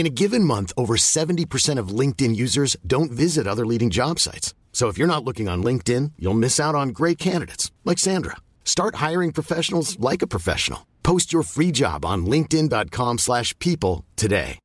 In a given month, over 70% of LinkedIn users don't visit other leading job sites. So if you're not looking on LinkedIn, you'll miss out on great candidates like Sandra. Start hiring professionals like a professional. Post your free job on linkedin.com/people slash people today.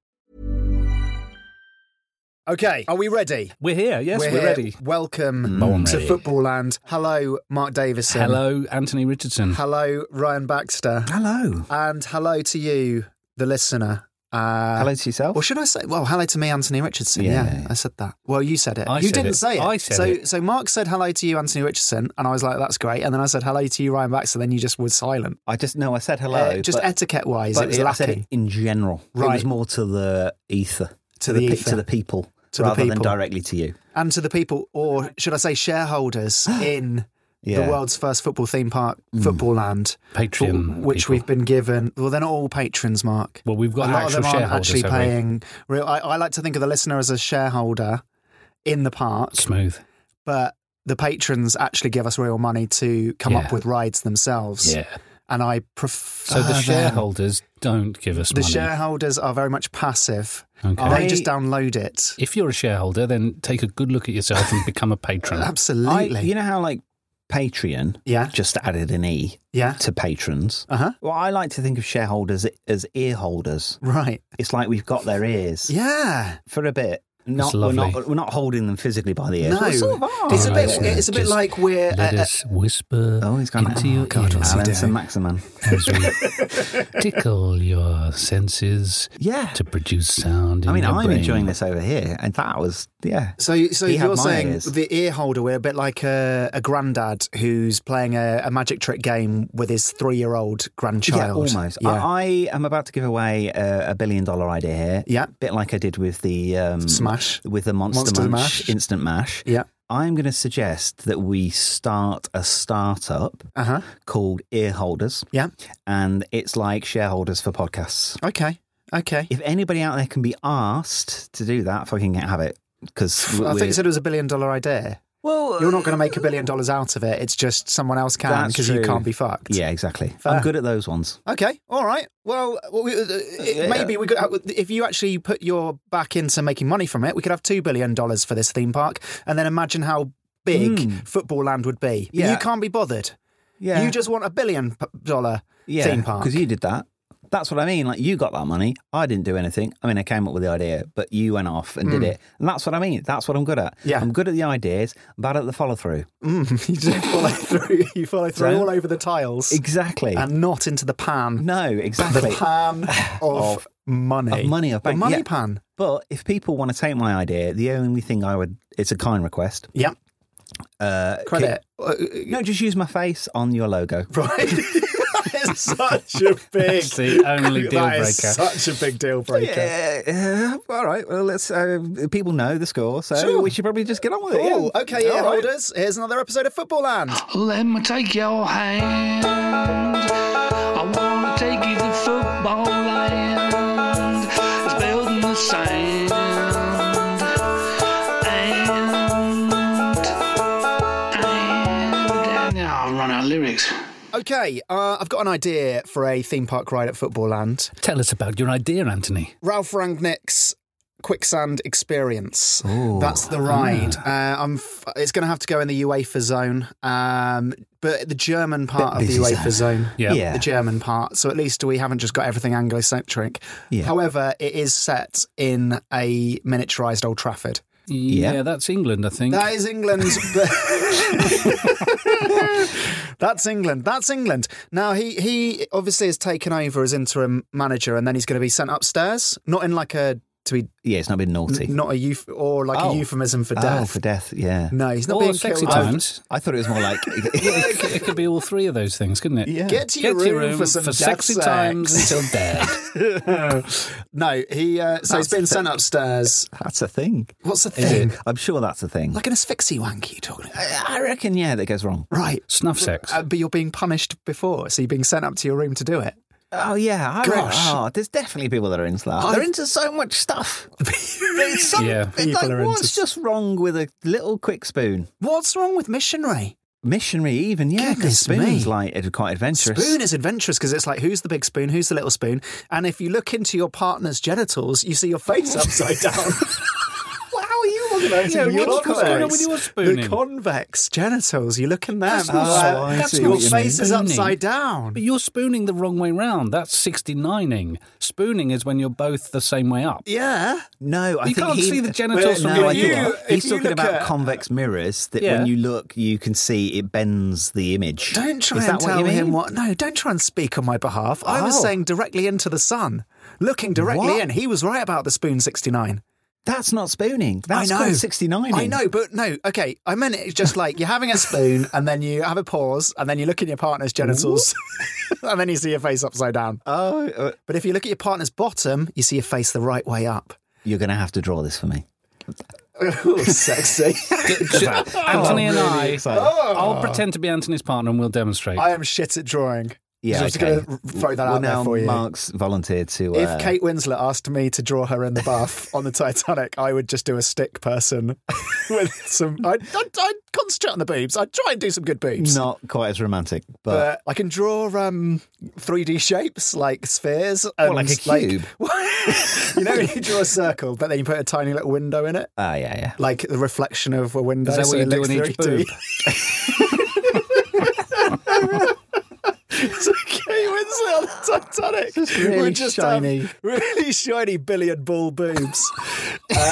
Okay, are we ready? We're here. Yes, we're, here. ready. Mm. Welcome Born to ready. Football Land. Hello, Mark Davison. Hello, Anthony Richardson. Hello, Ryan Baxter. Hello. And hello to you, the listener. Uh, Hello to yourself. Or should I say, well, hello to me, Anthony Richardson. Yeah, Yeah. I said that. Well, you said it. I you said didn't it. say it. I said so, it. so Mark said hello to you, Anthony Richardson, and I was like, that's great. And then I said hello to you, Ryan Baxter. Then you just was silent. I just no. I said hello. Uh, just but- etiquette-wise, but it was I said lacking. it in general. It Right. was more to the ether, To the pe- ether. to the people, To the rather people. than directly to you. And to the people, or should I say, shareholders in Yeah. the world's first football theme park, Mm. Football Land, Patreon which people. we've been given. Well, they're not all patrons, Mark. Well, we've got a lot of actual them aren't shareholders, actually haven't we? paying. Real, I, I like to think of the listener as a shareholder in the park, Smooth. but the patrons actually give us real money to come up Yeah. with rides themselves. Yeah. And I prefer. So the them. shareholders don't give us Ah, The money. shareholders are very much passive. Okay. They I- just download it. if you're a shareholder, then take a good look at yourself and become a patron. I, Absolutely. you know how like Patreon, Yeah. just added an e yeah. to patrons. Uh huh. Well, I like to think of shareholders as ear holders. Right. It's like we've got their ears Yeah. for a bit. Not, we're lovely. not we're not holding them physically by the ears. No, We sort of are. it's a bit. Alright, It's a bit just like we're. Let uh, uh, us whisper Oh, he's gone. into oh, your God, ears Alan. Alan's a Maximan. as we tickle your senses Yeah. to produce sound. I in mean, your I'm brain. enjoying this over here, and that was yeah. so, so He had you're my saying ears. the ear holder? We're a bit like a, a granddad who's playing a, a magic trick game with his three-year-old grandchild. Yeah, almost. Uh, Yeah. I, I am about to give away a, a billion dollar idea here. Yeah. bit like I did with the um, Smash. with the monster, Monster munch, Mash. instant mash. yeah. I'm going to suggest that we start a startup Uh huh. called Earholders, Yeah. and it's like shareholders for podcasts. Okay. Okay. If anybody out there can be asked to do that, fucking have it because I think you said it was a billion-dollar idea. Well, You're not going to make a billion dollars out of it. It's just someone else can That's because you true. can't be fucked. Yeah, exactly. Fair. I'm good at those ones. Okay. All right. Well, well, we, uh, it- maybe we could. uh, If you actually put your back into making money from it, we could have two billion dollars for this theme park, and then imagine how big football land would be. But Hmm. Yeah. You can't be bothered. Yeah, You just want a billion p- dollar yeah, theme park. Because you did that. That's what I mean. Like you got that money. I didn't do anything. I mean, I came up with the idea, but you went off and did it. And that's what I mean. That's what I'm good at. Yeah. I'm good at the ideas, bad at the follow through. Mm, you just follow through. You follow through Don't- all over the tiles Exactly. and not into the pan. no, exactly. The pan of, Of- money. of money, of the bank, money yeah. pan. But if people want to take my idea, the only thing I would it's a kind request. Yep. Uh, Credit. can- no, just use my face on your logo. Right. that is such a big. That's the only deal that breaker. is such a big deal breaker. Yeah. uh, all right. Well, let's. Uh, people know the score, so Sure. we should probably just get on with it. Cool. yeah. Okay, ear All right. holders. Here's another episode of Football Land. Let me take your hand. I wanna take you to football land. It's built in the sand. And, and, and I'll run out of lyrics. Okay, uh, I've got an idea for a theme park ride at Football Land. Tell us about your idea, Anthony. Ralph Rangnick's Quicksand Experience. That's the ride. Uh, I'm. F- it's going to have to go in the UEFA zone, um, but the German part of the busy UEFA zone. Yeah. Yeah. The German part. So at least we haven't just got everything Anglo-centric. Yeah. However, it is set in a miniaturised Old Trafford. Yeah, Yeah. that's England, I think. That is England's. That's England. That's England. Now he he obviously has taken over as interim manager, and then he's going to be sent upstairs, not in like a to be Yeah, it's not been naughty. not a euf- or like Oh. a euphemism for Oh, death. for death, yeah. No, he's not Or being sexy killed. time. I thought it was more like it, could, it could be all three of those things, couldn't it? Yeah. Get to your, room, for some death sexy sex. times until dead. no, he. Uh, That's so he's been the sent thing. upstairs. that's a thing. What's the thing? I'm sure that's a thing. Like an asphyxie wank? You talking about? I reckon, yeah, that goes wrong. Right. Snuff sex. Uh, but you're being punished before, so you're being sent up to your room to do it. Oh yeah, I reckon. Gosh. Oh, there's definitely people that are into that. I've- They're into so much stuff. It's some- Yeah. it's People like, are into what's s- just wrong with a little quick spoon? What's wrong with missionary? Missionary, even yeah, because Goodness spoon's me. like it's quite adventurous. Spoon is adventurous because it's like who's the big spoon, who's the little spoon, and if you look into your partner's genitals, you see your face upside down. How are you organising The what's- what's convex- going on with your spooning? The convex genitals. You look in there. That's and not- uh, I see your what you face mean. is Spooning. upside down. But you're spooning the wrong way round. That's 69ing. Spooning is when you're both the same way up. Yeah. No, I You think can't he- see the genitals Well, from no, where I you think are. He's If you talking look about at- convex mirrors that Yeah. when you look, you can see it bends the image. Don't try Is and that what tell you mean? him what. No, don't try and speak on my behalf. I was Oh. saying directly into the sun, looking directly What? in. He was right about the spoon 69. That's not spooning. That's I know. called 69. I know, but no. Okay, I meant it's just like you're having a spoon and then you have a pause and then you look at your partner's genitals and then you see your face upside down. Oh, uh, But if you look at your partner's bottom, you see your face the right way up. you're going to have to draw this for me. Ooh, sexy. Oh, Anthony and I, excited. I'll pretend to be Anthony's partner and we'll demonstrate. I am shit at drawing. Yeah, so I'm just okay. going to throw that well, out now there for you. Mark's volunteered to. Uh, if Kate Winslet asked me to draw her in the bath on the Titanic, I would just do a stick person with some. I'd, I'd, I'd concentrate on the boobs. I'd try and do some good boobs. not quite as romantic, but, but Uh, I can draw um, 3D shapes like spheres. And What, like a cube? you know, when you draw a circle, but then you put a tiny little window in it, ah, yeah, yeah. like the reflection of a window. Is that so what it you do looks in each 3D. boob? It's okay, Winslet on the Titanic. just really We just have shiny. really shiny billiard ball boobs.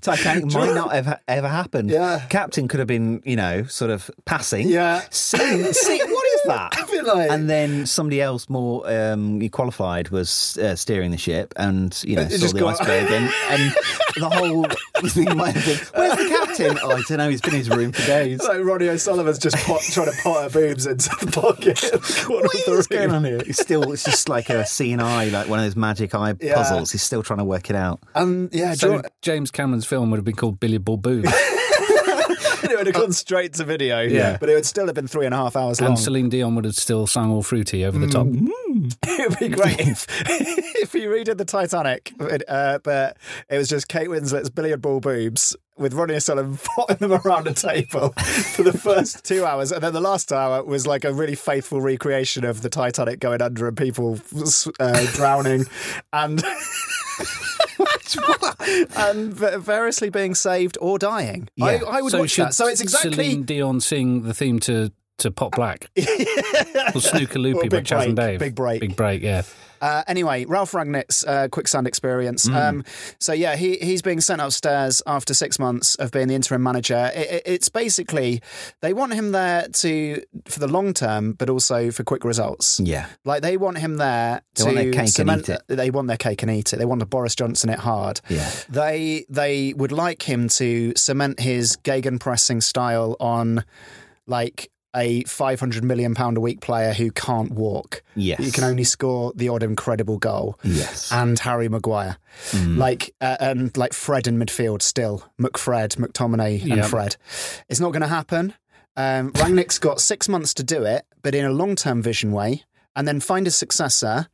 Titanic might not have ever happened. Yeah. Captain could have been, you know, sort of passing. Yeah. See, see what is that? I feel like- And then somebody else more um, qualified was uh, steering the ship and, you know, saw just the got- iceberg and, and the whole thing might have been, where's the captain? Oh, I don't know. He's been in his room for days. It's like Ronnie O'Sullivan's just pot, trying to pot her boobs into the pocket. of the corner What of the is room. going on here? It's still, it's just like a CNI, like one of those magic eye Yeah. puzzles. He's still trying to work it out. Um, yeah, so draw, James Cameron's film would have been called Billy Ball Boo. it would have gone straight to video. Yeah. but it would still have been three and a half hours long. and Celine Dion would have still sung all fruity over the top. Mm-hmm. it would be great if, if he redid the Titanic, uh, but it was just Kate Winslet's billiard ball boobs with Ronnie O'Sullivan potting them around a table for the first two hours, and then the last hour was like a really faithful recreation of the Titanic going under and people uh, drowning, and. and va- variously being saved or dying. I, Yeah. I would so watch should that. So it's exactly Celine Dion sing the theme to to Pop Black or Snooker Or Loopy by Big Chaz and Break, Dave. Big Break. Big break. Yeah. Uh, anyway, Ralph Ragnick's uh, quicksand experience. Mm. Um, so yeah, he he's being sent upstairs after six months of being the interim manager. It, it, it's basically they want him there to for the long term, but also for quick results. Yeah. Like they want him there Mm. They want to their cake and cement- eat it. They want their cake and eat it. They want to Boris Johnson it hard. Yeah. They they would like him to cement his gegenpressing style on like a 500 million pound a week player who can't walk. Yes. You can only score the odd incredible goal. Yes. And Harry Maguire. Like uh, and like Fred in midfield still. McFred, McTominay and Yeah. Fred. It's not going to happen. Um, Rangnick's got six months to do it, but in a long-term vision way, and then find a successor,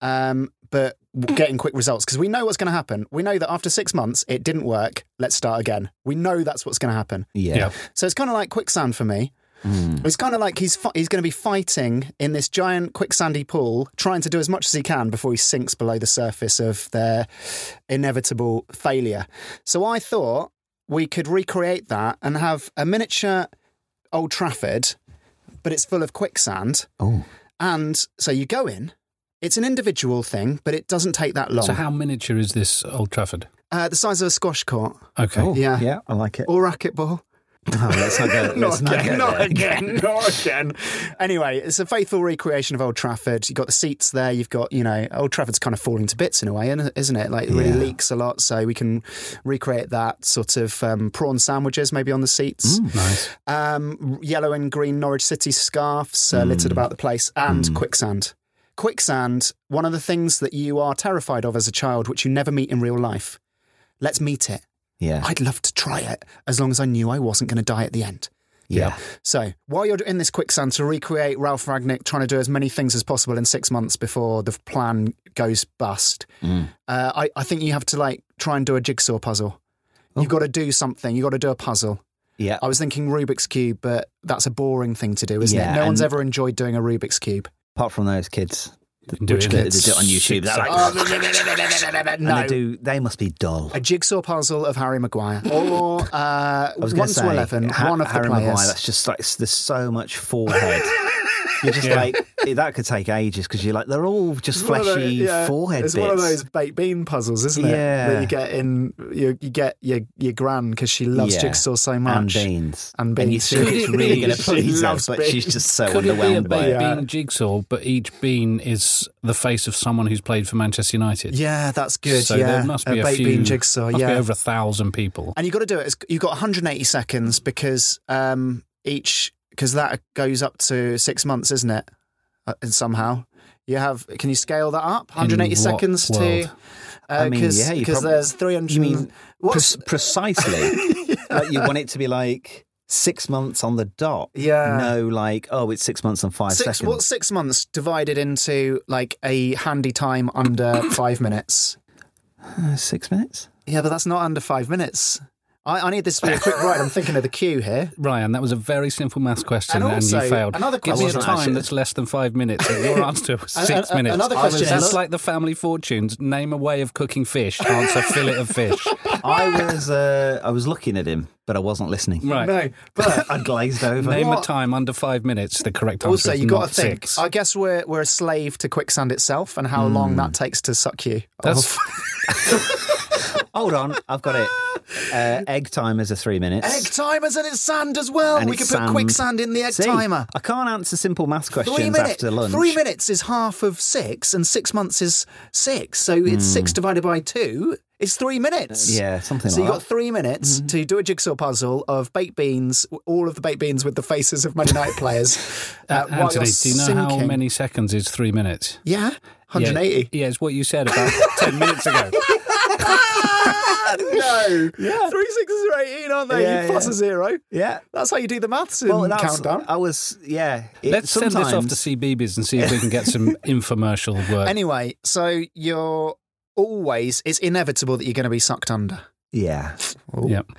um, but getting quick results because we know what's going to happen. We know that after six months it didn't work. Let's start again. We know that's what's going to happen. Yeah. Yeah. So it's kind of like quicksand for me. It's kind of like he's fi- he's going to be fighting in this giant quicksandy pool, trying to do as much as he can before he sinks below the surface of their inevitable failure. So I thought we could recreate that and have a miniature Old Trafford, but it's full of quicksand. Oh. And so you go in. It's an individual thing, but it doesn't take that long. So how miniature is this Old Trafford? Uh, the size of a squash court Okay. Oh, yeah, Yeah. I like it. or racquetball. No, let's not go. Oh, Not let's not again, go not there. again, not again. Anyway, it's a faithful recreation of Old Trafford. You've got the seats there. You've got, you know, Old Trafford's kind of falling to bits in a way, isn't isn't it? Like, it really Yeah. leaks a lot. So we can recreate that sort of um, prawn sandwiches maybe on the seats. Mm. Nice. Um, yellow and green Norwich City scarves uh, Mm. littered about the place and quicksand. Quicksand, one of the things that you are terrified of as a child, which you never meet in real life. Let's meet it. Yeah. I'd love to try it as long as I knew I wasn't going to die at the end. yeah. So, while you're in this quicksand to recreate Ralph Ragnick trying to do as many things as possible in six months before the plan goes bust, Mm. uh, I, I think you have to like try and do a jigsaw puzzle. Oh. You've got to do something. You've got to do a puzzle. Yeah. I was thinking Rubik's Cube, but that's a boring thing to do, isn't Yeah, it? No one's and- ever enjoyed doing a Rubik's Cube. Apart from those kids. You can do Which it. kids did it on YouTube? They're like, Oh, and no. they do. They must be dull. A jigsaw puzzle of Harry Maguire, or uh, I was one going to to say, eleven. Ha- one of Harry the players. Maguire, that's just like there's so much forehead. You're just like that could take ages because you're like they're all just It's one of fleshy the- yeah, forehead It's bits. one of those baked bean puzzles, isn't it? Yeah. That you get in, you, you get your your gran because she loves Yeah. jigsaw so much. and beans And And you beans. think it's really going to She please her, loves but beans. she's just so Could it be a underwhelmed by uh, baked it. Yeah. bean jigsaw, but each bean is the face of someone who's played for Manchester United? Yeah, that's good. So yeah, there must be a, baked few, bean jigsaw. must yeah, be over a thousand people. and you've got to do it. It's, you've got 180 seconds because um, each because that goes up to six months, isn't it? Uh, and somehow you have. Can you scale that up? 180 what seconds to. world? Because mean, yeah, you probably- Uh, there's 300. You mean what's pre- precisely? Like you want it to be like six months on the dot. Yeah. No, like oh, it's six months and five six, seconds. What's six months divided into like a handy time under five minutes? Uh, six minutes. Yeah, but that's not under five minutes. I, I need this to be a quick ride. I'm thinking of the queue here. Ryan, that was a very simple maths question, And and, also, you failed. another question- Give me a Wasn't time actually- that's less than five minutes, and your answer was And- six and- and minutes. another question that's is- like the Family Fortunes. Name a way of cooking fish. Answer fillet of fish. I was uh, I was looking at him, but I wasn't listening. Right. but I glazed over. Name a What? time under five minutes. The correct answer also is you got not to think. six. I guess we're we're a slave to quicksand itself and how long that takes to suck you. Oh, That's- off. Hold on, I've got it. Uh, egg timers are three minutes. egg timers and it's sand as well. And Oh, we it's could put sand. quicksand in the egg See, timer. I can't answer simple math questions Three minutes. after lunch. Three minutes is half of six, and six months is six. So it's six divided by two. It's three minutes. Hmm. Yeah, something So like you've got that. Mm-hmm. three minutes to do a jigsaw puzzle of baked beans, all of the baked beans with the faces of Monday night players. Uh, while Anthony, you're do you know how sinking. many seconds is three minutes? Yeah, Yeah, 180. Yeah, it's what you said about ten minutes ago. no, three sixes are 18, aren't they? Ah, Yeah, you plus yeah. a zero. Yeah. That's how you do the maths in Well, that's, Countdown. I was, yeah. It- Let's send this off sometimes- to CBeebies and see if we can get some infomercial work. Anyway, so you're always, it's inevitable that you're going to be sucked under. Yeah. Yep.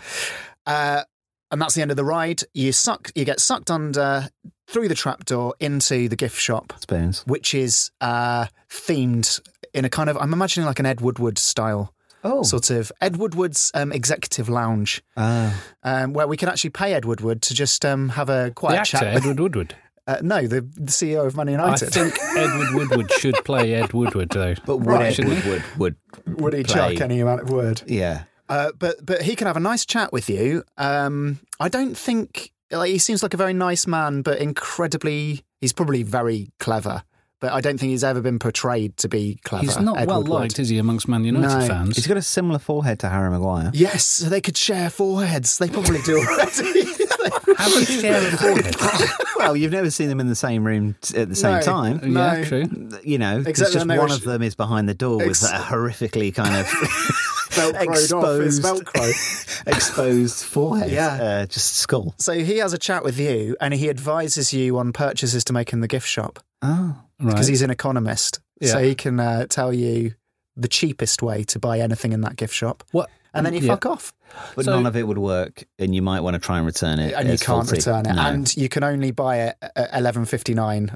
Uh, and that's the end of the ride. You suck. You get sucked under through the trapdoor into the gift shop, Spoons. which is uh, themed in a kind of. I'm imagining like an Ed Woodward style Oh. sort of Ed Woodward's um, executive lounge, Uh, Ah. um, where we can actually pay Ed Woodward to just um, have a The quiet actor chat. Edward Woodward. Uh, no, the, the CEO of Man I United. think Edward Woodward should play Ed Woodward though. but would Right. Ed Shouldn't Wood, would, would, Would he play- chuck any amount of word? Yeah. Uh, but but he can have a nice chat with you. Um, I don't think like he seems like a very nice man, but incredibly he's probably very clever. But I don't think he's ever been portrayed to be clever. He's not Edward well Wood. liked, is he, amongst Man United No. fans? He's got a similar forehead to Harry Maguire. Yes, so they could share foreheads. They probably do already. How could he share a forehead? well, you've never seen them in the same room t- at the same No. time. No. Yeah, true. You know, it's Except just when they were one sh- of them is behind the door Ex- with a horrifically kind of Velcroed off his exposed, Velcro. exposed forehead. Yeah. Uh, just skull. so he has a chat with you, and he advises you on purchases to make in the gift shop Oh. because Right. he's an economist. So Yeah. he can uh, tell you the cheapest way to buy anything in that gift shop, what? and then you Yeah. fuck off. But So- none of it would work, and you might want to try and return it. and you It's can't faulty. return it, No. and you can only buy it at eleven fifty nine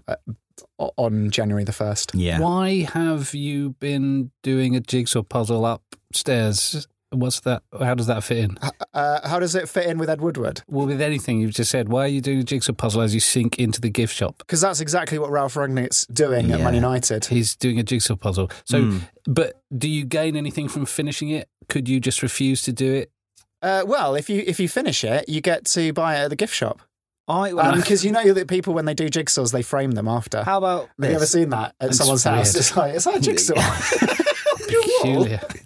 on January the first. yeah, Why have you been doing a jigsaw puzzle upstairs What's that? How does that fit in? Uh, how does it fit in with Ed Woodward? Well, with anything you've just said, why are you doing a jigsaw puzzle as you sink into the gift shop? Because that's exactly what Ralph Ragnick's doing at Man Yeah. United. He's doing a jigsaw puzzle. So, Hmm. but do you gain anything from finishing it? Could you just refuse to do it? Uh, well, if you if you finish it, you get to buy it at the gift shop I because you know that people when they do jigsaws, they frame them after. How about Have you ever this? seen that at That's someone's house? weird. It's like it's like a jigsaw. Peculiar.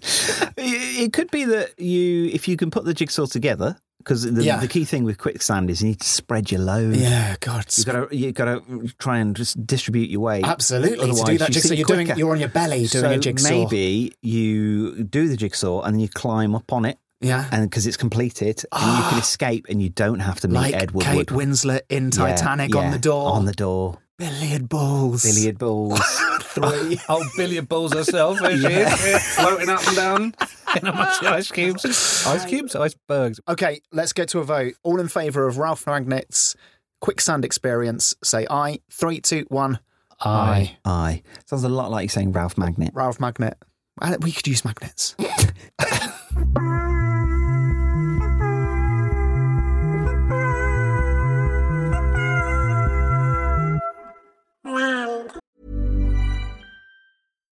It it could be that you, if you can put the jigsaw together, because the, Yeah. the key thing with quicksand is you need to spread your load. yeah, God, You've got to you got to try and just distribute your weight. absolutely. To do Otherwise that you jigsaw, sink you're doing quicker. you're on your belly doing so a jigsaw. Maybe you do the jigsaw and then you climb up on it, yeah, and because it's completed, and you can escape, and you don't have to meet Ah. like Ed Woodward. Kate Winslet in Yeah, Titanic on yeah, the door. On the door. billiard balls. Billiard balls. three. Oh, billiard balls herself. There she is, floating up and down in a bunch of ice cubes. Ice cubes, icebergs. okay, let's get to a vote. All in favour of Ralph Magnet's quicksand experience? Say aye. Three, two, one. Aye. Aye. Sounds a lot like you're saying Ralph Magnet. Ralph Magnet. Uh, We could use magnets.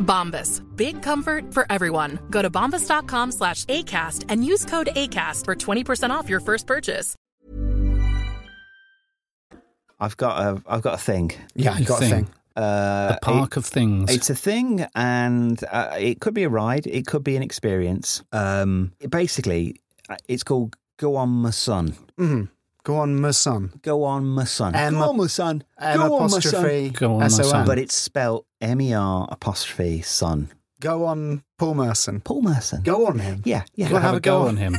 Bombas. Big comfort for everyone. Go to bombas.com slash ACAST and use code ACAST for 20% off your first purchase. I've got a I've got a thing. Yeah, you got a thing. Uh, The park of things. It's a thing, and uh, it could be a ride. It could be an experience. Um, it basically, uh, it's called "Go on, my son." Mm-hmm. Go on, my son. Go on, my son. M- Go on, my son. M Go on, my son. apostrophe Go on, my S-O-N. son. But it's spelt M E R apostrophe son. Go on, Paul Merson. Paul Merson. Go on him. Yeah, yeah. Go have, a go on him.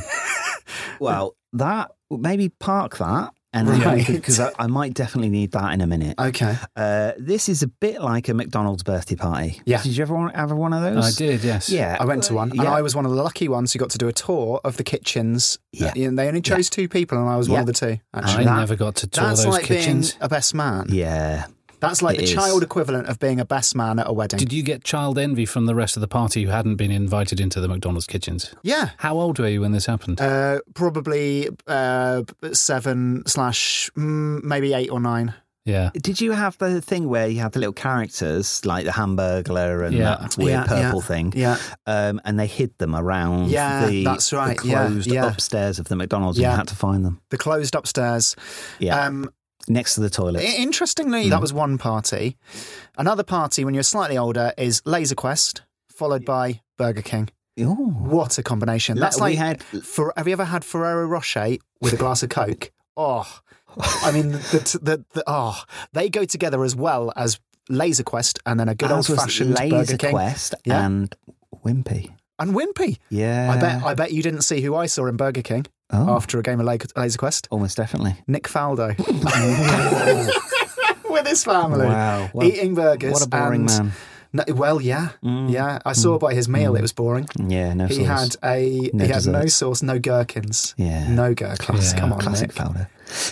Well, that maybe park that, and Right. because I, I might definitely need that in a minute. Okay. Uh, this is a bit like a McDonald's birthday party. Yeah. Did you ever want, have one of those? I did, yes. Yeah. I went to one, and Yeah. I was one of the lucky ones who got to do a tour of the kitchens. Yeah. And they only chose two people, and I was one Yeah. of the two. I Actually, that- never got to tour that's those like kitchens. being a best man. Yeah. That's like It the is. child equivalent of being a best man at a wedding. Did you get child envy from the rest of the party who hadn't been invited into the McDonald's kitchens? yeah. How old were you when this happened? Uh, probably uh, seven slash mm, maybe eight or nine. Yeah. Did you have the thing where you had the little characters like the Hamburglar and Yeah. that weird Yeah, purple yeah, thing? yeah. Um, and they hid them around Yeah, the, that's the right, yeah, closed yeah. upstairs of the McDonald's and Yeah. you had to find them. The closed upstairs. Yeah. Mm. Um, Next to the toilet. I- Interestingly, that was one party. Another party, when you're slightly older, is Laser Quest, followed by Burger King. What a combination! Like, That's we like had- Fer- have you ever had Ferrero Rocher with a glass of Coke? Oh, I mean, the, the, the oh, they go together as well as Laser Quest and then a good old As was fashioned Laser Burger King. Quest Yeah. and Wimpy. and Wimpy. Yeah. I bet I bet you didn't see who I saw in Burger King Uh, Oh. after a game of Lag- Laser Quest. Almost definitely. Nick Faldo with his family, Wow. What a- eating burgers. what a boring and- man. No, well, yeah, yeah. I saw by his meal it was boring. Yeah, no he sauce. had a No he had no desserts. sauce, no gherkins. Yeah. no gherkins. Come on, classic Nick. founder.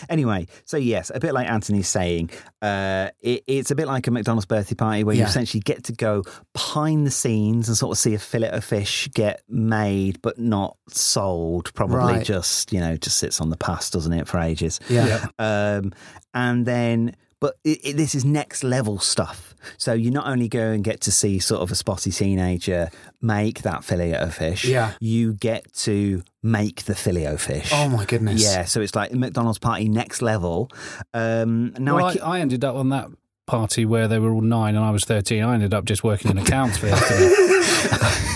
Anyway, so yes, a bit like Anthony's saying, uh, it, it's a bit like a McDonald's birthday party where you Yeah. essentially get to go behind the scenes and sort of see a fillet of fish get made but not sold. Probably Right. just you know just sits on the past, doesn't it, for ages? Yeah. Yep. Um, and then. But it, it, this is next level stuff. So you not only go and get to see sort of a spotty teenager make that fillet of fish, Yeah. you get to make the fillet of fish. Oh my goodness. Yeah, so it's like McDonald's party next level. Um, now well, I, I, keep, I ended up on that party where they were all nine and I was 13. I ended up just working in accounts for the afternoon.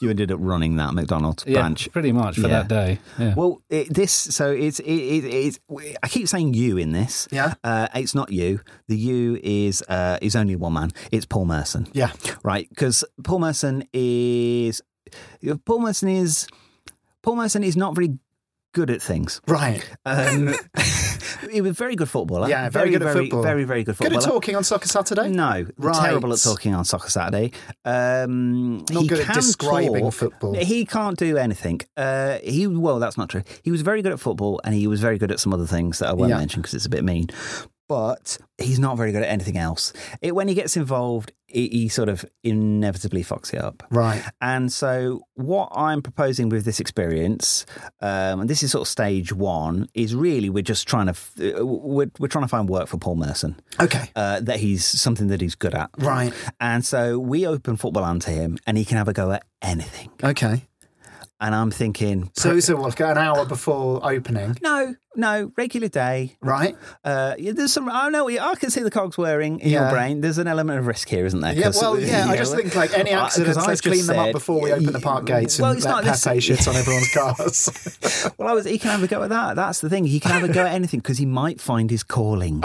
you ended up running that McDonald's Yeah, branch. pretty much for Yeah. that day. Yeah. Well, it, this so it's it, it, it's I keep saying you in this. Yeah. uh, it's not you. The you is uh, is only one man. It's Paul Merson. Yeah. right? Because Paul Merson is Paul Merson is Paul Merson is not very good at things. Right. Um, he was a very good footballer. Yeah, very, good at very, football. Very, very good Good footballer. at talking on Soccer Saturday. No, Right. terrible at talking on Soccer Saturday. Um, Not he good at can describing talk. football. He can't do anything. Uh, he well, that's not true. He was very good at football, and he was very good at some other things that I won't Yeah. mention because it's a bit mean. But he's not very good at anything else. It, when he gets involved, he, he sort of inevitably fucks it up. Right. And so, what I'm proposing with this experience, um, and this is sort of stage one, is really we're just trying to f- uh, we're, we're trying to find work for Paul Merson Okay. uh, that he's something that he's good at. Right. And so we open Football On to him and he can have a go at anything. Okay. And I'm thinking, So so what? An hour before opening. no, no, regular day. Right. Uh, yeah, there's some, I know, I can see the cogs wearing in your Yeah. brain. There's an element of risk here, isn't there? Yeah, 'Cause- well, yeah. I just you know, think like any uh, 'cause accidents, I've let's just clean them up said- before we open the park gates Well, and it's not let Pepe this- shits on everyone's cars. Well, I was. He can have a go at that. That's the thing. He can have a go at anything because he might find his calling. And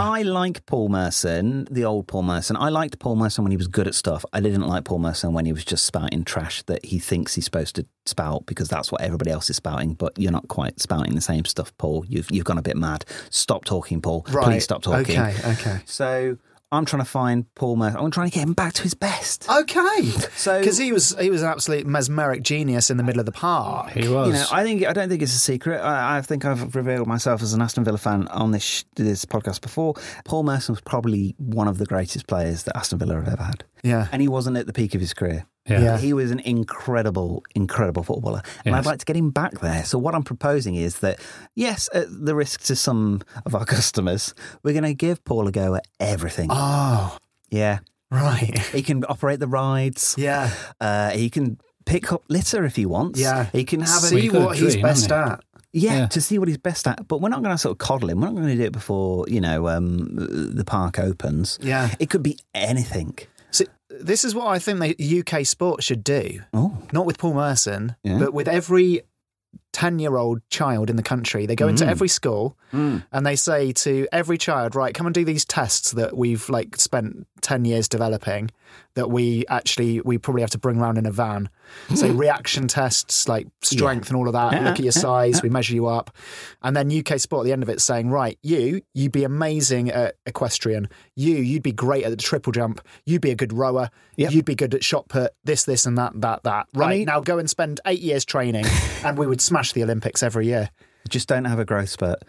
I like Paul Merson, the old Paul Merson. I liked Paul Merson when he was good at stuff. I didn't like Paul Merson when he was just spouting trash that he thinks he's supposed to spout because that's what everybody else is spouting. But you're not quite spouting the same stuff, Paul. You've you've gone a bit mad. Stop talking, Paul. Please stop talking. Okay. Okay. So I'm trying to find Paul Merson. I'm trying to get him back to his best. Okay. So- because he was he was an absolute mesmeric genius in the middle of the park. He was. You know, I think I don't think it's a secret. I, I think I've revealed myself as an Aston Villa fan on this sh- this podcast before. Paul Merson was probably one of the greatest players that Aston Villa have ever had, Yeah. and he wasn't at the peak of his career. yeah. Yeah. He was an incredible, incredible footballer, and Yes. I'd like to get him back there. So what I'm proposing is that, yes, at the risk to some of our customers, we're going to give Paul a go at everything. Oh. Yeah, Right. he can operate the rides. Yeah. Uh, he can pick up litter if he wants. Yeah. he can have a See We've got a what he's dream, best haven't at. Yeah, Yeah. to see what he's best at. But we're not going to sort of coddle him. We're not going to do it before you know um, the park opens. Yeah. it could be anything. So this is what I think the UK sport should do. Oh, Not with Paul Merson, Yeah. but with every ten-year-old child in the country. They go Mm. into every school and they say to every child, "Right, come and do these tests that we've like spent ten years developing. That we actually we probably have to bring round in a van. so reaction tests, like strength and all of that. Yeah, Look at your yeah, size. We measure you up, and then UK sport at the end of it saying, "Right, you you'd be amazing at equestrian. You you'd be great at the triple jump. You'd be a good rower. Yep. You'd be good at shot put. This this and that that that. Right mean- now, go and spend eight years training, and we would smash the Olympics every year." Just don't have a growth spurt.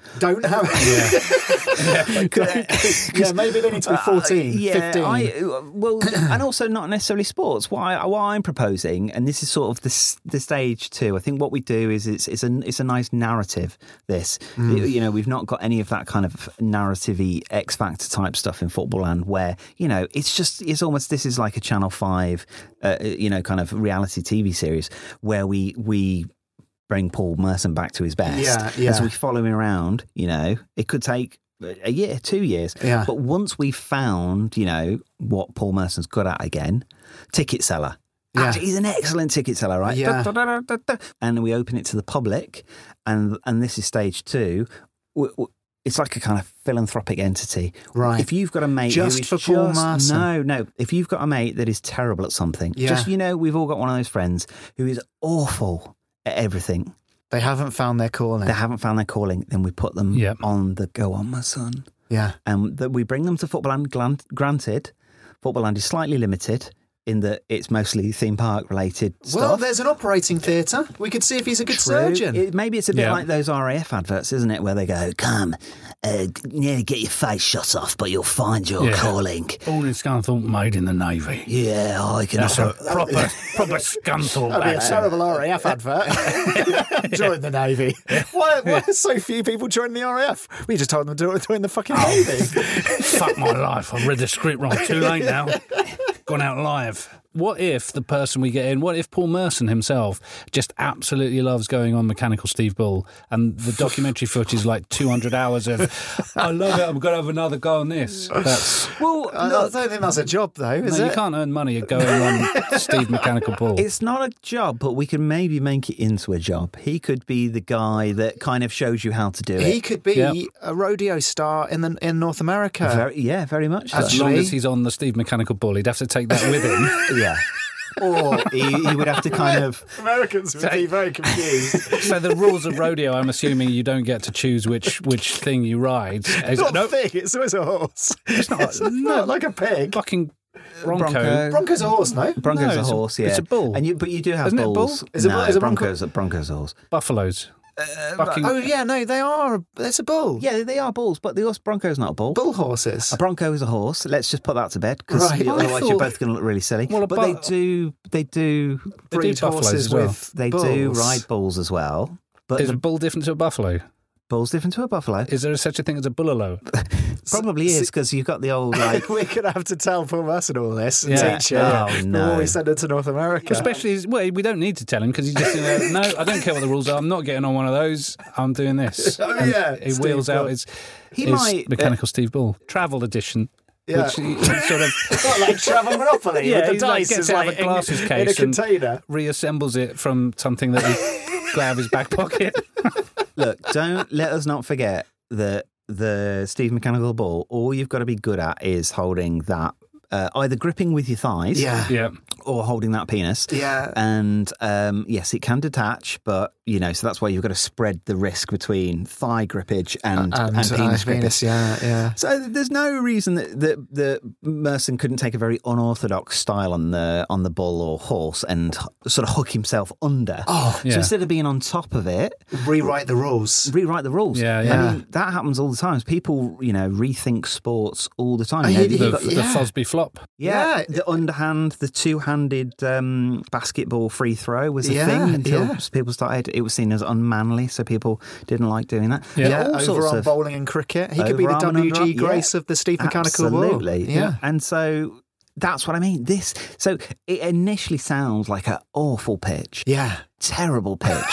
Don't have it. yeah. maybe they need to be 14, Uh, yeah, 15. I, well, and also not necessarily sports. What, I, what I'm proposing, and this is sort of the, s- the stage two. I think what we do is it's it's a it's a nice narrative. This, Hmm. Mm. you know, we've not got any of that kind of narrative-y X Factor type stuff in football land, where you know it's just it's almost this is like a Channel Five, uh, you know, kind of reality TV series where we we. Bring Paul Merson back to his best. Yeah, And yeah. so we follow him around, you know, it could take a year, two years. Yeah. But once we've found, you know, what Paul Merson's good at again, ticket seller. Yeah. Actually, he's an excellent ticket seller, right? Yeah. Da, da, da, da, da. And we open it to the public, and and this is stage two. W- w- It's like a kind of philanthropic entity, Right. If you've got a mate who Just is for Paul just- Merson. no, no. If you've got a mate that is terrible at something, Yeah. just you know, we've all got one of those friends who is awful at everything. They haven't found their calling. They haven't found their calling. Then we put them on the go on, my son. Yeah. And that we bring them to Football Land. Glan- Granted, Football Land is slightly limited in that it's mostly theme park related Well, stuff. there's an operating theatre. We could see if he's a good True. surgeon. It- maybe it's a bit Yeah. like those RAF adverts, isn't it? Where they go, come, uh, nearly get your face shot off, but you'll find your calling. Born in Scunthorpe, made in the Navy. Yeah, I can That's offer- a proper, proper Scunthorpe That'd be a accent. terrible RAF advert. join the Navy. Why, why are so few people joining the RAF? We just told them to do it during the fucking Navy. Fuck my life. I've read the script wrong. Too late now. Gone out live. What if the person we get in, what if Paul Merson himself just absolutely loves going on Mechanical Steve Bull and the documentary footage is like 200 hours of, I love it, I'm going to have another go on this. That's, Well, I Uh, look- don't think that's a job, though, is no, it? you can't earn money at going on Steve Mechanical Bull. It's not a job, but we can maybe make it into a job. He could be the guy that kind of shows you how to do it. He could be Yeah. a rodeo star in the, in North America. Very- yeah, very much. so. As long as he's on the Steve Mechanical Bull, he'd have to take that with him. yeah. Or he, he would have to kind of. Americans would be very confused. So the rules of rodeo, I'm assuming you don't get to choose which which thing you ride. Is- It's not no, pig. It's always a horse. It's not, like a uh, pig. Fucking Bronco. Bronco. Bronco's a horse, no? Bronco's No, a it's a- horse, yeah. it's a bull. And you, but you do have Isn't it a bull? bulls. Is a bu- no, is a bronco- Bronco's, Bronco's a horse. buffaloes. Fucking- Oh yeah, no, they are. It's a bull. Yeah, they are bulls, but the horse Bronco's not a bull. Bull horses. A Bronco is a horse. Let's just put that to bed because Right. I otherwise thought- you're both going to look really silly. Well, a but they bu- do, they do They do breed buffaloes horses as well. with They do bulls. ride bulls as well. But Is the a bull different to a buffalo? bull's different to a buffalo. Is there such a thing as a bullalo? Probably is because you've got the old like We're gonna have to tell Paul Merson all this and Yeah. teach him Oh, before no. we send it to North America. Especially, as- well, we don't need to tell him because he's just gonna, no. I don't care what the rules are. I'm not getting on one of those. I'm doing this. Oh, And yeah, he Steve wheels Bull. out his, He his might, uh, mechanical Steve Bull travel edition, Yeah. which he, he sort of Not like travel monopoly. yeah, with the he's dice like gets is it out like of a glasses in, case in a and container. reassembles it from something that he got out of his back pocket. Look, don't let us not forget that the Steve Mechanical ball, all you've got to be good at is holding that, uh, either gripping with your thighs. Yeah. Yeah. Or holding that penis. Yeah. And um, yes, it can detach, but, you know, so that's why you've got to spread the risk between thigh grippage and, Uh, and, penis uh, grippage. Venus, yeah, yeah. So there's no reason that, that that Merson couldn't take a very unorthodox style on the on the bull or horse and h- sort of hook himself under. Oh, so yeah. instead of being on top of it, Rewrite the rules. Rewrite the rules. Yeah, yeah. I mean, that happens all the time. People, you know, rethink sports all the time. I You know, hear that you've he- got The- the yeah. Fosby flop. Yeah, the underhand, the two-handed um, basketball free throw was a Yeah, thing until yeah. people started. It was seen as unmanly, so people didn't like doing that. Yeah, All sorts overarm of- bowling and cricket. He could be the overarm and WG underarm. Grace Yeah. of the Steve Mechanical War. Absolutely. Yeah. And so that's what I mean. This so it initially sounds like an awful pitch. Yeah. Terrible pitch.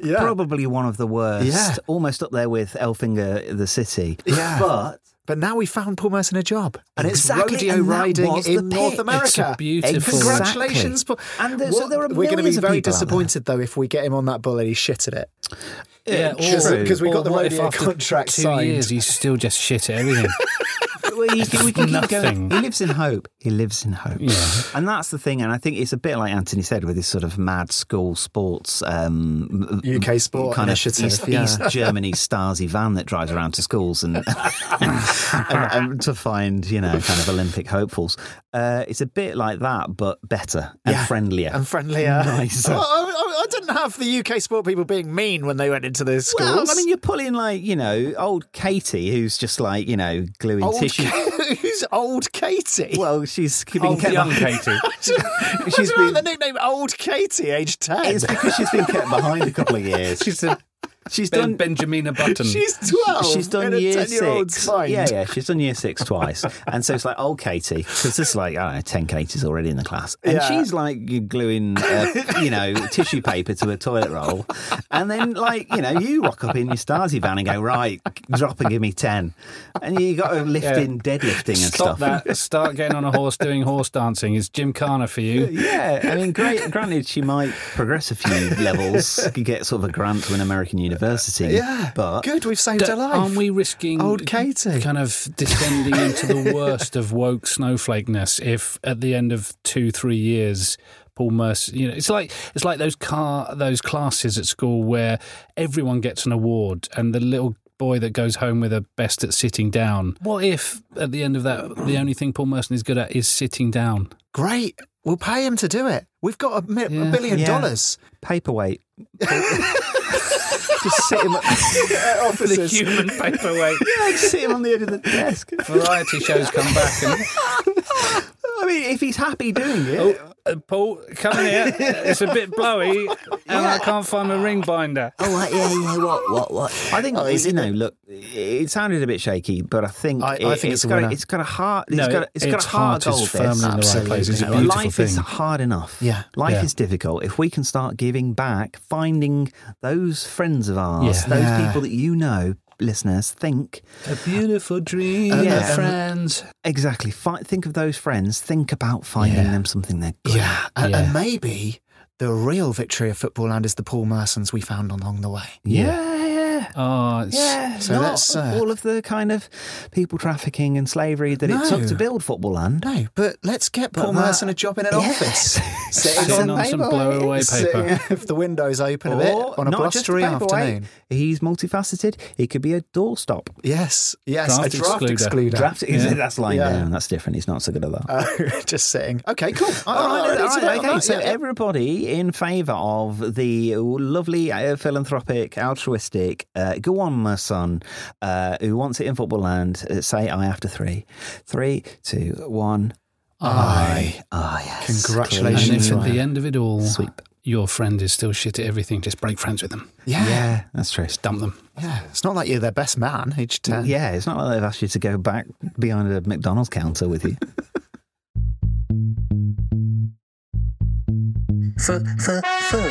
Yeah. Probably one of the worst. Yeah. Almost up there with Elfinger the City. Yeah. But But now we found Paul Merson a job. And it's Exactly, rodeo and that riding was the in North pitch. America. It's a beautiful- And Congratulations, Paul. Exactly. And there- so there are we're gonna millions be of very people out there. disappointed, though, if we get him on that bull and he's shit at it. Yeah, Because or- we got the or what if rodeo after contract two signed. years he's still just shit at everything. well, you can, we can keep Nothing. going. He lives in hope. He lives in hope. And that's the thing. And I think it's a bit like Anthony said with this sort of mad school sports um, UK sport kind initiative, of East, yeah. East Germany Stasi van that drives around to schools and, and, and to find you know kind of Olympic hopefuls. Uh, it's a bit like that, but better and friendlier and friendlier. Nicer. Well, I, I- I didn't have the UK sport people being mean when they went into the schools. Well, I mean, you're pulling like you know old Katie, who's just like you know gluing Old tissue. Ka- who's old Katie? Well, she's keeping Old kept young behind- Katie. She's She's been... the nickname Old Katie, age ten. It's because she's been kept behind a couple of years. She's a She's Ben- done Benjamina Button. She's 12 She's done oh, in a year 10-year-old's six. mind. Yeah, yeah. She's done year six twice, and so it's like old Katie because it's like I don't know, ten Katie's already in the class, and Yeah. she's like gluing, uh, you know, tissue paper to a toilet roll, and then like you know, you rock up in your Stasi van and go right, drop and give me ten, and you got to lift in deadlifting and Stop stuff. that. Start getting on a horse doing horse dancing. Is Jim Carner for you? Yeah, I mean, great, granted, she might progress a few levels, could get sort of a grant to an American university. Yeah, but good. We've saved D- her life. Aren't we risking Old Katie. kind of descending into the worst of woke snowflakeness if at the end of two, three years Paul Mercer you know it's like it's like those car those classes at school where everyone gets an award and the little boy that goes home with a best at sitting down. What if at the end of that the only thing Paul Merson is good at is sitting down? Great. We'll pay him to do it. We've got a, mi- Yeah. a billion Yeah. dollars. Paperweight. Just sit him, The Officers. human paperweight. yeah, just sit him on the edge of the desk. Variety shows come back and I mean, if he's happy doing it. Oh, uh, Paul, come in here. It's a bit blowy, and I can't find my ring binder. Oh, right, yeah, yeah, what, what, what? I think, you know, look, it sounded a bit shaky, but I think, I- I it, think it's a got winner. it's got a heart, No, it's got, it's got its a heart, heart goal is this. firmly in the right Absolutely. place. It's a No, beautiful Life thing. is hard enough. Yeah. Life Yeah. is difficult. If we can start giving back, finding those friends of ours, Yeah. those Yeah. people that you know, listeners, think A beautiful dream Yeah. of friends. exactly. Fi- think of those friends. Think about finding Yeah. them something they're good Yeah. at. And, Yeah. and maybe the real victory of football land is the Paul Mersons we found along the way. Yeah, yeah. Oh, it's, Yeah, So not let's, uh, all of the kind of people trafficking and slavery that it took No. to build football land. No, but let's get But Paul that- Merson a job in an Yes. office. Sitting on some blow-away Sitting paper. with the windows open a bit Or on a not just blustery paperweight. afternoon. He's multifaceted. He could be a doorstop. Yes, yes, Draft a draft excluder. excluder. Draft, Yeah. That's lying Yeah. down. That's different. He's not so good at that. Oh, just sitting. Okay, cool. I- Oh, All I- I- right, Oh, it's all right, about okay. that, so yeah. everybody in favour of the lovely uh, philanthropic, altruistic, uh, go on, my son, uh, who wants it in football land. Uh, say I after three, three, two, one. I. Ah, yes. Congratulations. and if Congratulations. at the end of it all, Sweep. your friend is still shit at everything, just break friends with them. yeah. yeah, Yeah, that's true. Dump them. It's not like you're their best man, uh, age ten. Yeah, it's not like they've asked you to go back behind a McDonald's counter with you. foot, foot, foot, foot, foot,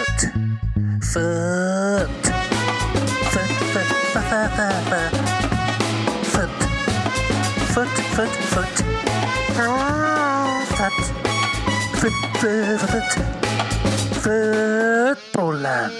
foot, foot, foot, foot, foot, foot, Ah, foot, foot, foot, foot, football land.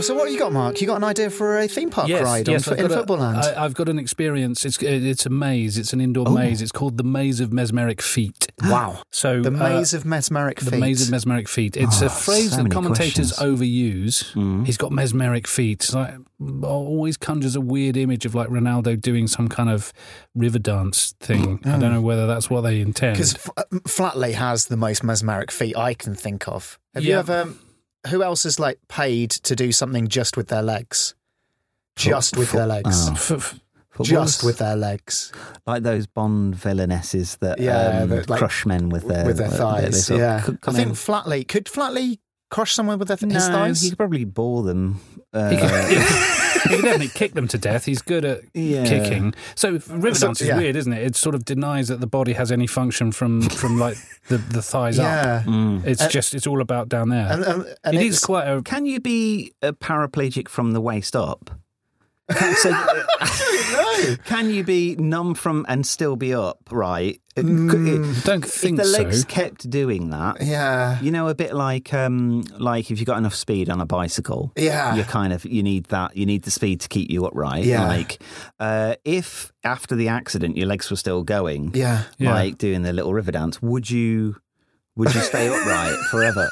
So what have you got, Mark? You got an idea for a theme park ride on, I've in got a- football land? Oh. I, I've got an experience. It's it's a maze. It's an indoor maze. It's called the Maze of Mesmeric Feet. wow. So The uh, maze of mesmeric feet. The maze of mesmeric feet. It's Oh, a phrase so that many commentators questions. overuse. He's got mesmeric feet. It's like always conjures a weird image of like Ronaldo doing some kind of river dance thing. I don't know whether that's what they intend. Because F- uh, Flatley has the most mesmeric feet I can think of. Have you Yeah. ever? Who else is like paid to do something just with their legs? Just with their legs. Oh. F- f- Just with their legs. like those Bond villainesses that Yeah, um, that, like, crush men with their with their they- they thighs. sort of yeah. c- I come think in. Flatley could Flatley crush someone with their th- no, his thighs. he could probably bore them. Uh, he, could, he could- he could definitely kick them to death. He's good at Yeah. kicking. So river So- dance is yeah. weird, isn't it? It sort of denies that the body has any function from from like the, the thighs up. yeah. It's just it's all about down there. Mm. And, and, and it it's, is quite a Can you be a paraplegic from the waist up? Can, so, can you be numb from and still be up? Right, Mm, don't if think the so. legs kept doing that, yeah, you know, a bit like um, like if you've got enough speed on a bicycle, Yeah. you kind of you need that you need the speed to keep you upright. Yeah. like uh, if after the accident your legs were still going, Yeah. Yeah. like doing the little river dance, would you would you stay upright forever?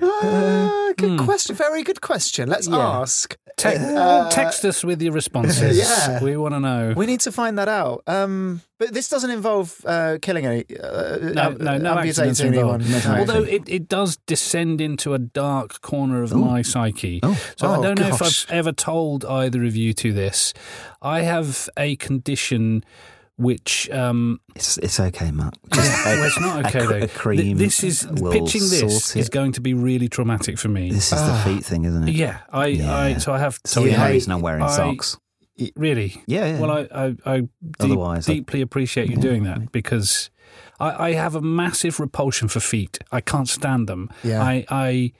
Ah, good Hmm. question. Very good question. Let's ask. Te- Uh, text us with your responses. Yeah. We want to know. We need to find that out. Um, but this doesn't involve uh, killing any. Uh, No, no, no accidents amputating anyone. involved. Although it, it does descend into a dark corner of my psyche. so Oh, I don't know if gosh. I've ever told either of you to this. I have a condition which um, it's, it's okay, Matt. well, it's not a okay cr- though. a cream Th- this is will pitching this sort it. is going to be really traumatic for me. This is the feet thing, isn't it? Yeah, I, I so I have. So yeah, the only reason I'm wearing I- socks. Really? Yeah, yeah. Well, I I, I deep- Otherwise, I- deeply appreciate you doing that because I, I have a massive repulsion for feet. I can't stand them. Yeah. I I.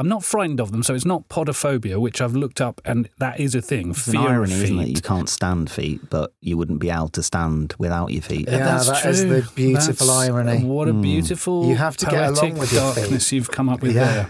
I'm not frightened of them, so it's not podophobia, which I've looked up, and that is a thing. It's an Fear irony, of isn't feet. it? You can't stand feet, but you wouldn't be able to stand without your feet. Yeah, That's that is true. the beautiful That's- irony. Hmm. What a beautiful You have to get poetic along with your feet. darkness you've come up with Yeah. there.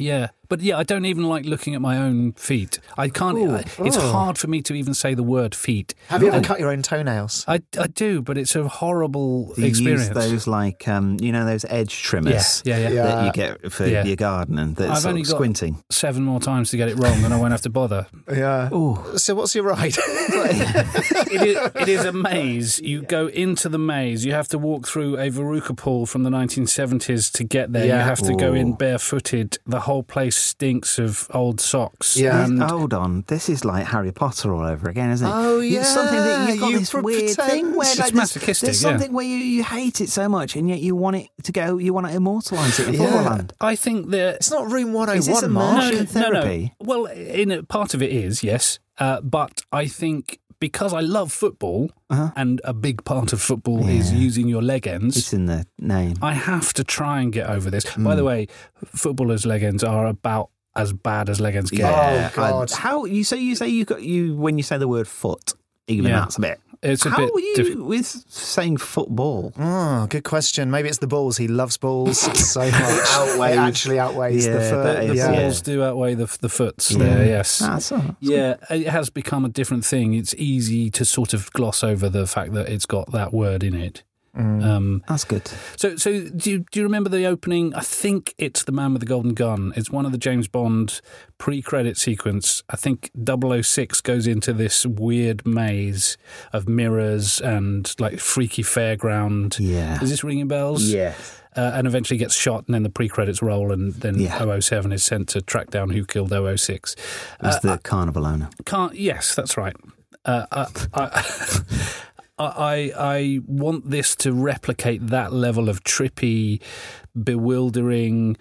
Yeah, but yeah, I don't even like looking at my own feet. I can't. Ooh. I- it's Ooh. hard for me to even say the word feet. Have you ever And cut your own toenails? I, I do, but it's a horrible They experience. use those like um, you know those edge trimmers Yeah, yeah, yeah. that you Yeah. get for Yeah. your garden and that's I've sort only of got squinting. seven more times to get it wrong, and I won't have to bother. Yeah. So what's your ride? it, is, it is a maze. You go into the maze. You have to walk through a Veruca pool from the 1970s to get there. Yeah. You have to go in Ooh. barefooted. The whole place stinks of old socks. These- And hold on, this is like Harry Potter all over again, isn't it? Oh, You- something that yeah, you've got you this pre- weird pretend- thing where It's like, there's- masochistic, There's yeah. something where you, you hate it so much, and yet you want it to go. You want to immortalise it in Yeah. Borderland. I think that It's not room one oh Is this one, a Mark. Martian therapy? No, no. Well, in a, part of it is yes, uh, but I think because I love football, and a big part of football is using your leg ends. Uh-huh. It's in the name. I have to try and get over this. By the way, footballers' leg ends are about as bad as leg ends get. Yeah. Oh, God. I- how you say you say you got you when you say the word foot, even Yeah. that's a bit. It's a how bit are you diff- with saying football? Oh, good question. Maybe it's the balls. He loves balls so much. outweighs- It actually outweighs the Yeah, foot. that is- yeah. Balls do outweigh the the foots there. Yes. Ah, That's all. yeah, it has become a different thing. It's easy to sort of gloss over the fact that it's got that word in it. Um, That's good. so, so do you, do you remember the opening? I think it's the Man with the Golden Gun. It's one of the James Bond pre-credit sequence. I think 006 goes into this weird maze of mirrors and like freaky fairground. Yeah. Is this ringing bells? Yes. uh, and eventually gets shot, and then the pre-credits roll, and then Yeah. 007 is sent to track down who killed 006. It Uh, was the carnival owner. Can't. Yes, that's right. Uh, I, I, I I want this to replicate that level of trippy, bewildering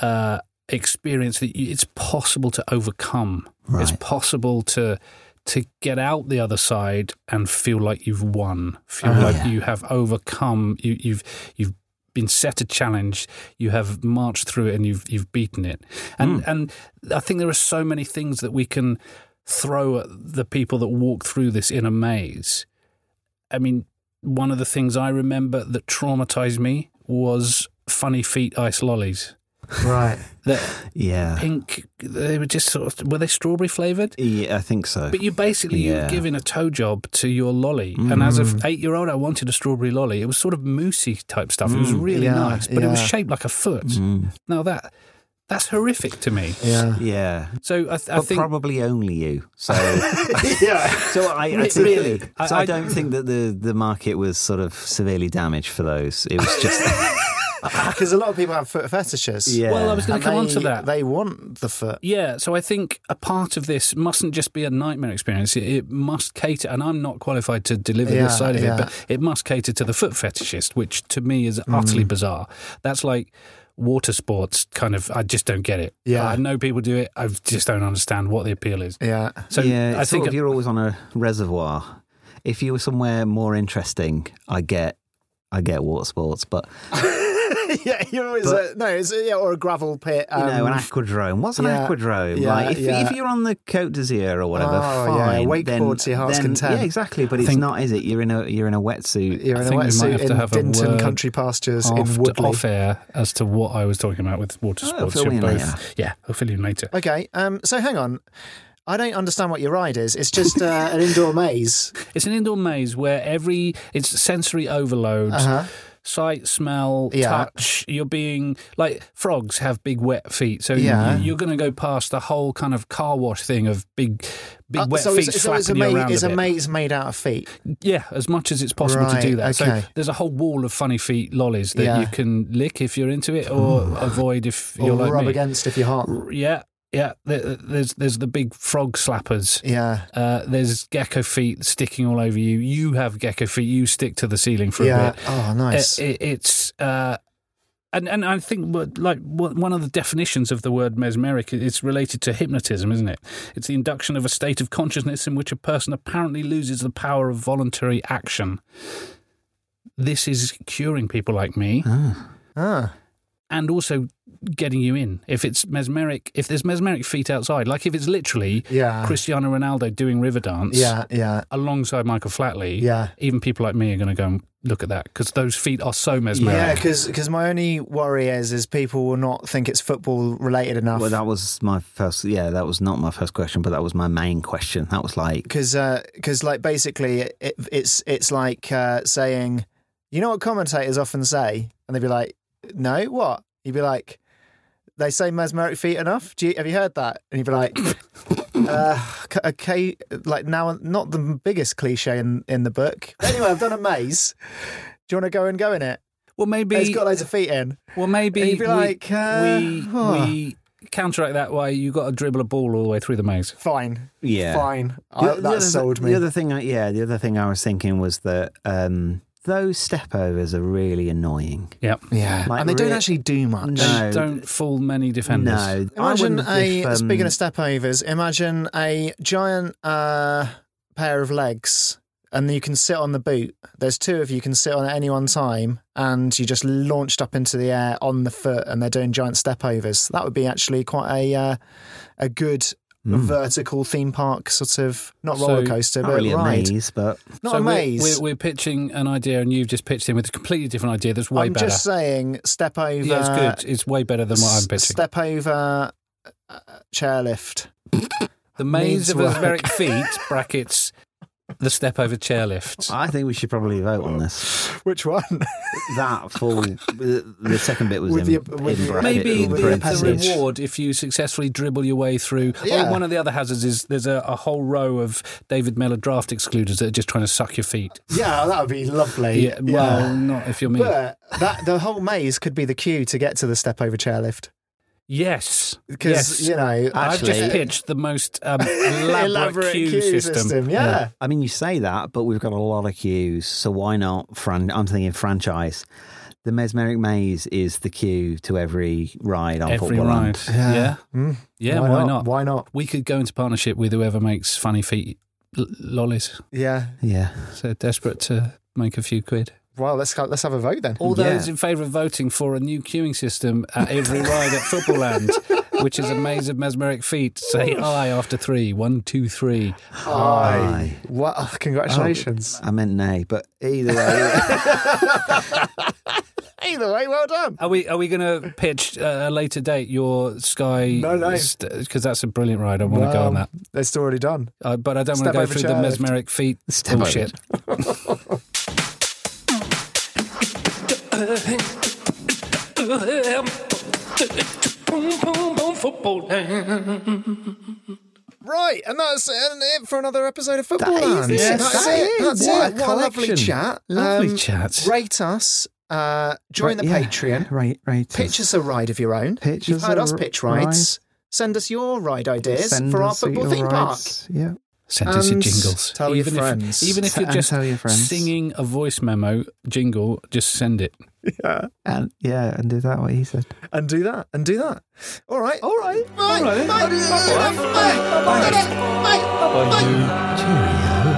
uh, experience that you, it's possible to overcome. It's Right. possible to to get out the other side and feel like you've won, feel Ah. like Yeah. you have overcome. You, you've you've been set a challenge, you have marched through it, and you've you've beaten it. And and I think there are so many things that we can throw at the people that walk through this in a maze. I mean, one of the things I remember that traumatized me was funny feet ice lollies. Right. That Yeah. pink, they were just sort of, were they strawberry flavored? Yeah, I think so. But you basically you were Yeah. giving a toe job to your lolly, and as an eight-year-old, I wanted a strawberry lolly. It was sort of moussey type stuff. It was really Yeah, nice, but it was yeah. shaped like a foot. Now that that's horrific to me. Yeah. yeah. So I, th- I But think probably only you. So, so I, I Re- think- really. So I, I- don't think that the, the market was sort of severely damaged for those. It was just Because a lot of people have foot fetishes. yeah. Well, I was going And to come they, on to that. They want the foot. yeah, so I think a part of this mustn't just be a nightmare experience. It, it must cater, and I'm not qualified to deliver Yeah, this side of yeah. Hmm. it, but it must cater to the foot fetishist, which to me is utterly bizarre. That's like water sports, kind of. I just don't get it. Yeah. I know people do it. I just don't understand what the appeal is. Yeah. So yeah, I it's sort think of you're always on a reservoir. If you were somewhere more interesting, I get, I get water sports, but yeah, you're always But- uh, no, it's, yeah, or a gravel pit. you know, um, an aquadrome. What's an yeah, aquadrome? yeah, like, if, yeah. if you're on the Côte d'Azur or whatever, Oh, yeah, fine. wakeboard then, to your heart's then- content. Yeah, exactly. But it's Think- not, is it? You're in a you're in a wetsuit. You're in a wetsuit in Dinton Country Pastures in off, Woodley. off air as to what I was talking about with water Oh, sports. fill me You're in both- later. Yeah, I'll fill you in later. Okay, um, so hang on. I don't understand what your ride is. It's just uh, an indoor maze. It's an indoor maze where every it's sensory overload. Uh-huh. Sight, smell, Yeah. touch. You're being like frogs have big wet feet, so Yeah. you, are going to go past the whole kind of car wash thing of big, big Uh, wet so feet it's, so slapping it's a, you maze, around. it's a a bit. maze made out of feet. Yeah, as much as it's possible Right, to do that. okay. So there's a whole wall of funny feet lollies that Yeah. you can lick if you're into it, or avoid if Or you're like rub me. against if you're hot. Yeah, yeah. there- There's there's the big frog slappers. Yeah. Uh, there's gecko feet sticking all over you. You have gecko feet. You stick to the ceiling for Yeah. a bit. Eh, Oh, nice. It, it- it's. Uh, and, and I think what- like what- one of the definitions of the word mesmeric it's related to hypnotism, isn't it? It's the induction of a state of consciousness in which a person apparently loses the power of voluntary action. This is curing people like me Ah. and also getting you in. If it's mesmeric, if there's mesmeric feet outside, like if it's literally Yeah. Cristiano Ronaldo doing river dance, Yeah, yeah. alongside Michael Flatley, Yeah. even people like me are going to go and look at that because those feet are so Yeah, mesmeric. because my only worry is is people will not think it's football related enough. Well, that was my first. Yeah, that was not my first question, but that was my main question. That was like, because because uh, like basically it, it's it's like uh, saying you know what commentators often say and they'd be like no what you'd be like they say mesmeric feet enough Do you, have you heard that and you'd be like uh, c- okay like now not the biggest cliche in, in the book anyway I've done a maze do you want to go and go in it well maybe it's got loads of feet in Well, maybe And you'd be we- like uh, we, oh, we counteract that way. You got to dribble a ball all the way through the maze. fine yeah, fine The- I, the that other- sold me The other thing, I, yeah, the other thing I was thinking was that um, those stepovers are really annoying. Yep. Yeah, Like and they don't re- actually do much No, Don't fool many defenders. No. I Imagine wondered a if, um, speaking of stepovers. Imagine a giant uh, pair of legs, and you can sit on the boot. There's two of you can sit on at any one time, and you just launched up into the air on the foot, and they're doing giant stepovers. That would be actually quite a uh, a good. Hmm. Vertical theme park, sort of not roller coaster, not but really ride. a maze, but Not so a we're- maze. We're, we're, pitching an idea, and you've just pitched in with a completely different idea that's way I'm better. just saying, step over. yeah, it's good. It's way better than what I'm pitching. Step over, uh, chairlift. The maze Needs of work. mesmeric feet brackets the step over chairlift. I think we should probably vote on this. Which one? That full, the the second bit was With in, the- with in the- bracket, Maybe in the, parentheses. the reward if you successfully dribble your way through. Yeah. Or one of the other hazards is there's a, a whole row of David Miller draft excluders that are just trying to suck your feet. Yeah, that would be lovely. Yeah, well, not if you're me. But that the whole maze could be the queue to get to the step over chairlift. yes, Because, yes. you know, I've actually- just pitched the most um, elaborate, Elaborate queue, queue system. system, yeah. I mean, you say that, but we've got a lot of queues, so why not? Fran- I'm thinking franchise. The Mesmeric Maze is the queue to every ride on Every Football ride. Land. Yeah. Yeah, Mm. why, not? Why not? We could go into partnership with whoever makes funny feet l- lollies. Yeah. Yeah. So desperate to make a few quid. Well, let's go, let's have a vote then. All Yeah. those in favour of voting for a new queuing system at every ride at Football Land, which is a maze of mesmeric feet, say aye after three. One, two, three. Aye. Wow, congratulations. I meant nay, but either way, Either way, well done. Are we are we going to pitch at a later date your Sky? No, no. Because that's a brilliant ride. I want to go on Um, that, It's already done. uh, but I don't want Step to go over through the chairlift. mesmeric feet Step over bullshit. Right, and that's and it for another episode of Football That is Land. it. That's That it. is. That's What it. a What a lovely collection. chat. Lovely Um, chat. Rate us. Uh, join the yeah. Patreon. right, right. Pitch us a ride of your own. Pitch You've us heard a us r- pitch rides. Send us your ride ideas Send for our us football your theme park. rides. Yeah. Send us your And jingles. tell your even if, friends. Even if you're And just tell your friends. singing a voice memo jingle, just send it. And yeah, and do that what he said. And do that. And do that. All right. All right. Bye. Bye. Bye. Bye. Bye. Bye.